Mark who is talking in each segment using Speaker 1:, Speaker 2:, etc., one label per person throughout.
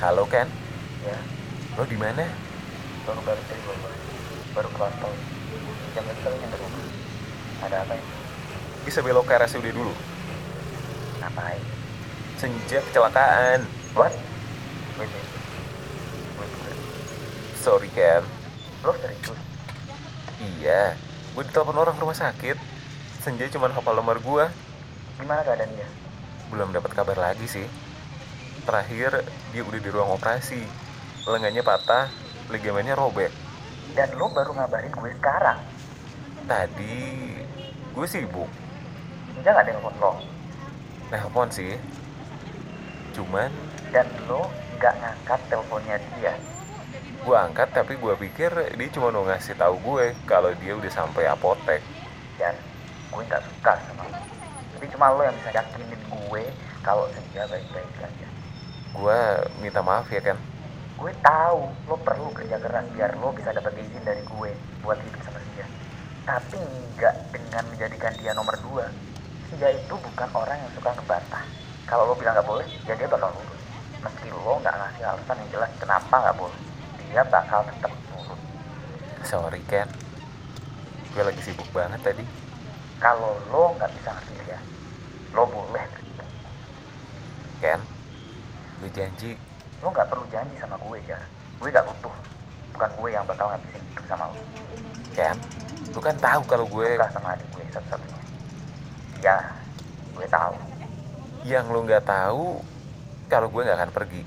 Speaker 1: halo Ken
Speaker 2: ya
Speaker 1: lo di mana
Speaker 2: baru balik dari Bogor baru keluar tol jam berapa jam berapa ada apa ini
Speaker 1: bisa belok ke RSUD dulu
Speaker 2: ngapain
Speaker 1: senja kecelakaan
Speaker 2: what gue jadi gue juga
Speaker 1: sorry Ken
Speaker 2: lo serius
Speaker 1: iya gue ditelepon orang ke rumah sakit senja cuma hafal nomor gue
Speaker 2: gimana keadaan dia
Speaker 1: belum dapat kabar lagi sih terakhir dia udah di ruang operasi lengannya patah ligamennya robek
Speaker 2: dan lo baru ngabarin gue sekarang
Speaker 1: tadi gue sibuk
Speaker 2: Senja nggak ada yang nelfon lo
Speaker 1: nelpon sih cuman
Speaker 2: dan lo nggak ngangkat teleponnya dia
Speaker 1: gue angkat tapi gue pikir dia cuma mau ngasih tahu gue kalau dia udah sampai apotek
Speaker 2: dan gue nggak suka sama lo tapi cuma lo yang bisa yakinin gue kalau Senja baik-baik aja
Speaker 1: gue minta maaf ya kan
Speaker 2: gue tahu lo perlu kerja keras biar lo bisa dapat izin dari gue buat hidup sama dia tapi nggak dengan menjadikan dia nomor dua dia itu bukan orang yang suka ngebantah kalau lo bilang nggak boleh ya dia bakal nurut meski lo nggak ngasih alasan yang jelas kenapa nggak boleh dia bakal tetap nurut
Speaker 1: sorry Ken gue lagi sibuk banget tadi
Speaker 2: kalau lo nggak bisa ngerti dia lo boleh kritik.
Speaker 1: Ken lu janji
Speaker 2: lo nggak perlu janji sama gue ya gue nggak butuh bukan gue yang bakal ngabisin hidup sama lo
Speaker 1: Ken lu kan tahu kalau gue
Speaker 2: suka sama adik gue satu-satunya ya gue tahu
Speaker 1: yang lu nggak tahu kalau gue nggak akan pergi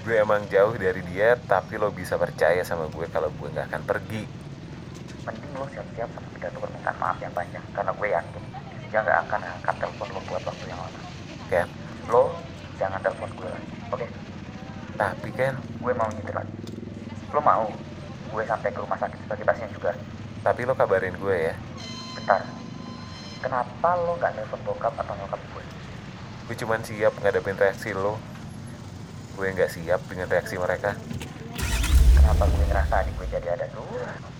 Speaker 1: gue emang jauh dari dia tapi lo bisa percaya sama gue kalau gue nggak akan pergi
Speaker 2: mending lo siap-siap sama pidato permintaan maaf yang panjang karena gue yakin dia nggak akan angkat telepon lo buat waktu yang lama
Speaker 1: Ken
Speaker 2: lo jangan telepon gue lagi oke
Speaker 1: tapi Ken
Speaker 2: gue mau nyetir lagi lo mau gue sampai ke rumah sakit sebagai pasien juga
Speaker 1: tapi lo kabarin gue ya
Speaker 2: bentar kenapa lo nggak telepon bokap atau nyokap gue
Speaker 1: gue cuman siap ngadepin reaksi lo gue nggak siap dengan reaksi mereka
Speaker 2: kenapa gue ngerasa adik gue jadi ada dua